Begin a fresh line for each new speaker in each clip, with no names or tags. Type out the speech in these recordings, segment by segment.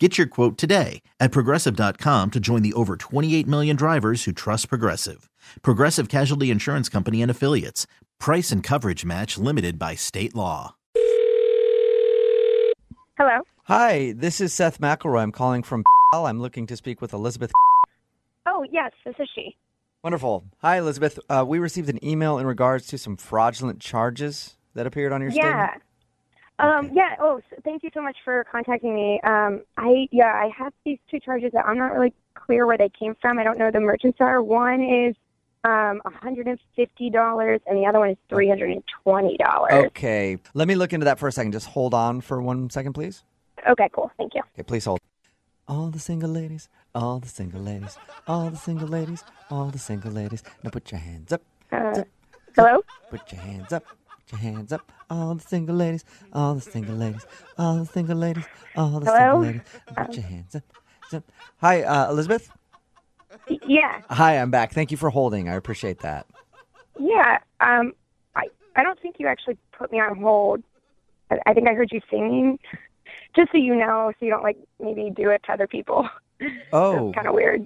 Get your quote today at progressive.com to join the over 28 million drivers who trust Progressive. Progressive Casualty Insurance Company and Affiliates. Price and coverage match limited by state law.
Hello.
Hi, this is Seth McElroy. I'm calling from. I'm looking to speak with Elizabeth.
Oh, yes, this is she.
Wonderful. Hi, Elizabeth. Uh, we received an email in regards to some fraudulent charges that appeared on your
yeah.
statement.
Um, yeah. Oh, so thank you so much for contacting me. Um, I yeah, I have these two charges that I'm not really clear where they came from. I don't know who the merchants are. One is um, $150, and the other one is $320.
Okay, let me look into that for a second. Just hold on for one second, please.
Okay, cool. Thank you.
Okay, please hold. All the single ladies, all the single ladies, all the single ladies, all the single ladies. Now put your hands up.
Uh, hello.
Put your hands up. Put your hands up. All the single ladies. All the single ladies. All the single ladies. All the
Hello?
single ladies. Put your hands up. up. Hi, uh, Elizabeth.
Y- Yeah.
Hi, I'm back. Thank you for holding. I appreciate that.
Yeah. Um, I I don't think you actually put me on hold. I, I think I heard you singing. Just so you know, so you don't like maybe do it to other people.
Oh,
Kind of weird.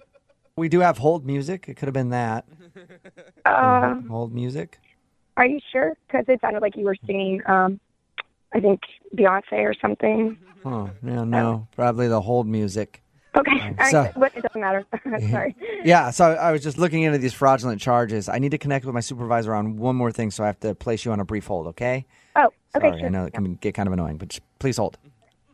we do have hold music. It could have been that. Mm-hmm.
Uh,
Hold music.
Are you sure? Because it sounded like you were singing, um, I think Beyonce or something.
Oh, no, no. Probably the hold music.
Okay,
Oh.
all right.
so-
but it doesn't matter. Sorry.
Yeah, so I I was just looking into these fraudulent charges. I need to connect with my supervisor on one more thing, so I have to place you on a brief hold, okay?
Oh, okay,
Sorry, I
sure.
know it can get kind of annoying, but just please hold.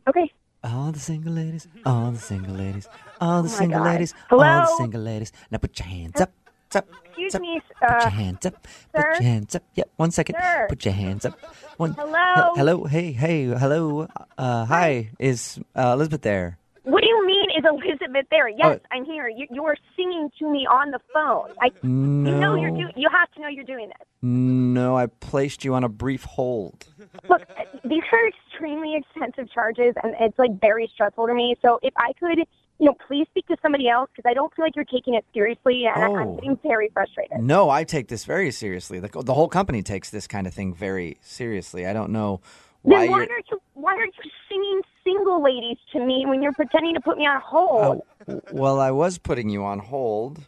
Okay.
All the single ladies, all the single ladies, all the
Oh my
single
God.
ladies, all the
Hello?
single ladies. Now put your hands up, up,
Excuse
up.
me,
Put
uh,
your hands up.
sir?
Put your hands up. Yep, one second.
Sir?
Put your hands up. One. he-
Hello?
hello. Hey. Hey. Hello. Uh, hi. Is uh, Elizabeth there?
What do you mean is Elizabeth there? Yes,
Oh.
I'm here. You, you were singing to me on the phone. I
Mm,
you know you're do, you have to know you're doing this.
No, I placed you on a brief hold.
Look, these are extremely expensive charges, and it's like very stressful to me. So if I could, you know, please speak to somebody else because I don't feel like you're taking it seriously, and I,
Oh.
I'm getting very frustrated.
No, I take this very seriously. The, the whole company takes this kind of thing very seriously. I don't know why
then why
you're.
are you why are you singing single ladies to me when you're pretending to put me on hold?
Well, I was putting you on hold.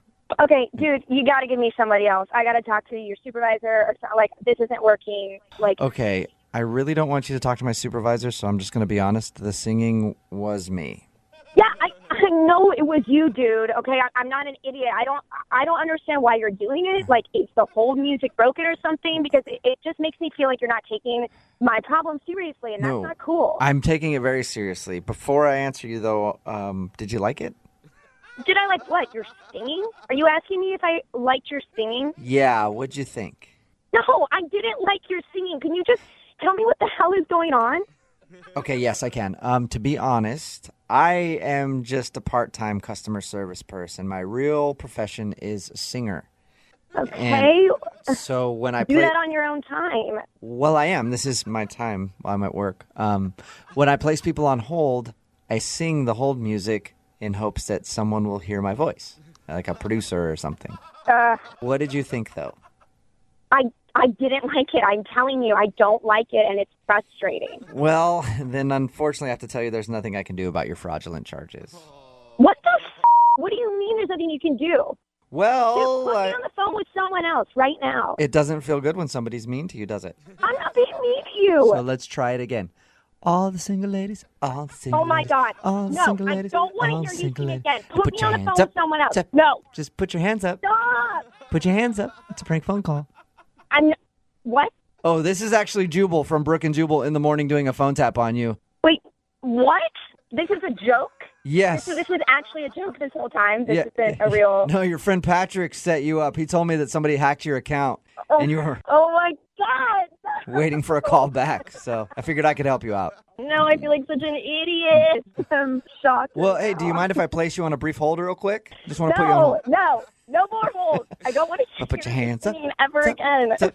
Okay, dude, you got to give me somebody else. I got to talk to your supervisor or something. Like this isn't working. Like
Okay, I really don't want you to talk to my supervisor, so I'm just going to be honest. The singing was me.
yeah, I, I know it was you, dude. Okay, I, I'm not an idiot. I don't I don't understand why you're doing it. Like is the whole music broken or something? Because it, it just makes me feel like you're not taking my problem seriously, and
No.
that's not cool.
I'm taking it very seriously. Before I answer you, though, um, did you like it?
Did I like what? Your singing? Are you asking me if I liked your singing?
Yeah, what'd you think?
No, I didn't like your singing. Can you just tell me what the hell is going on?
Okay, yes, I can. Um, to be honest, I am just a part time customer service person. My real profession is a singer.
Okay,
So when I
do
play.
that on your own time.
Well, I am. This is my time while I'm at work. Um, when I place people on hold, I sing the hold music in hopes that someone will hear my voice, like a producer or something.
Uh,
What did you think, though?
I I didn't like it. I'm telling you, I don't like it, and it's frustrating.
Well, then unfortunately, I have to tell you there's nothing I can do about your fraudulent charges.
What the? F- what do you mean? There's nothing you can do? Dude,
Well,
put
Oh, I-
me on the phone with someone else right now.
it doesn't feel good when somebody's mean to you, does it?
I'm not being mean to you.
So let's try it again. All the single ladies, all the single
Oh my
ladies,
God!
all the
no,
single
I
ladies,
don't want
all
to
the
hear you sing
single ladies.
again.
Now
Put me
your
on the phone
hands
with
up,
someone else.
up.
No,
Just put your hands up.
stop.
Put your hands up. It's a prank phone call.
I'm. What?
Oh, this is actually Jubal from Brook and Jubal in the morning doing a phone tap on you.
Wait. What? This is a joke.
Yes.
So this was actually a joke this whole time. This
Yeah.
isn't a real.
No, your friend Patrick set you up. He told me that somebody hacked your account and you were
Oh my god!
waiting for a call back. So I figured I could help you out.
Now I feel like such an idiot. I'm shocked.
Well,
right
hey, do you
now.
mind if I place you on a brief hold real quick? Just want to put you on
No,
hold.
no, no more hold. I don't want to.
Now put your hands up.
Ever
Up,
again.
up,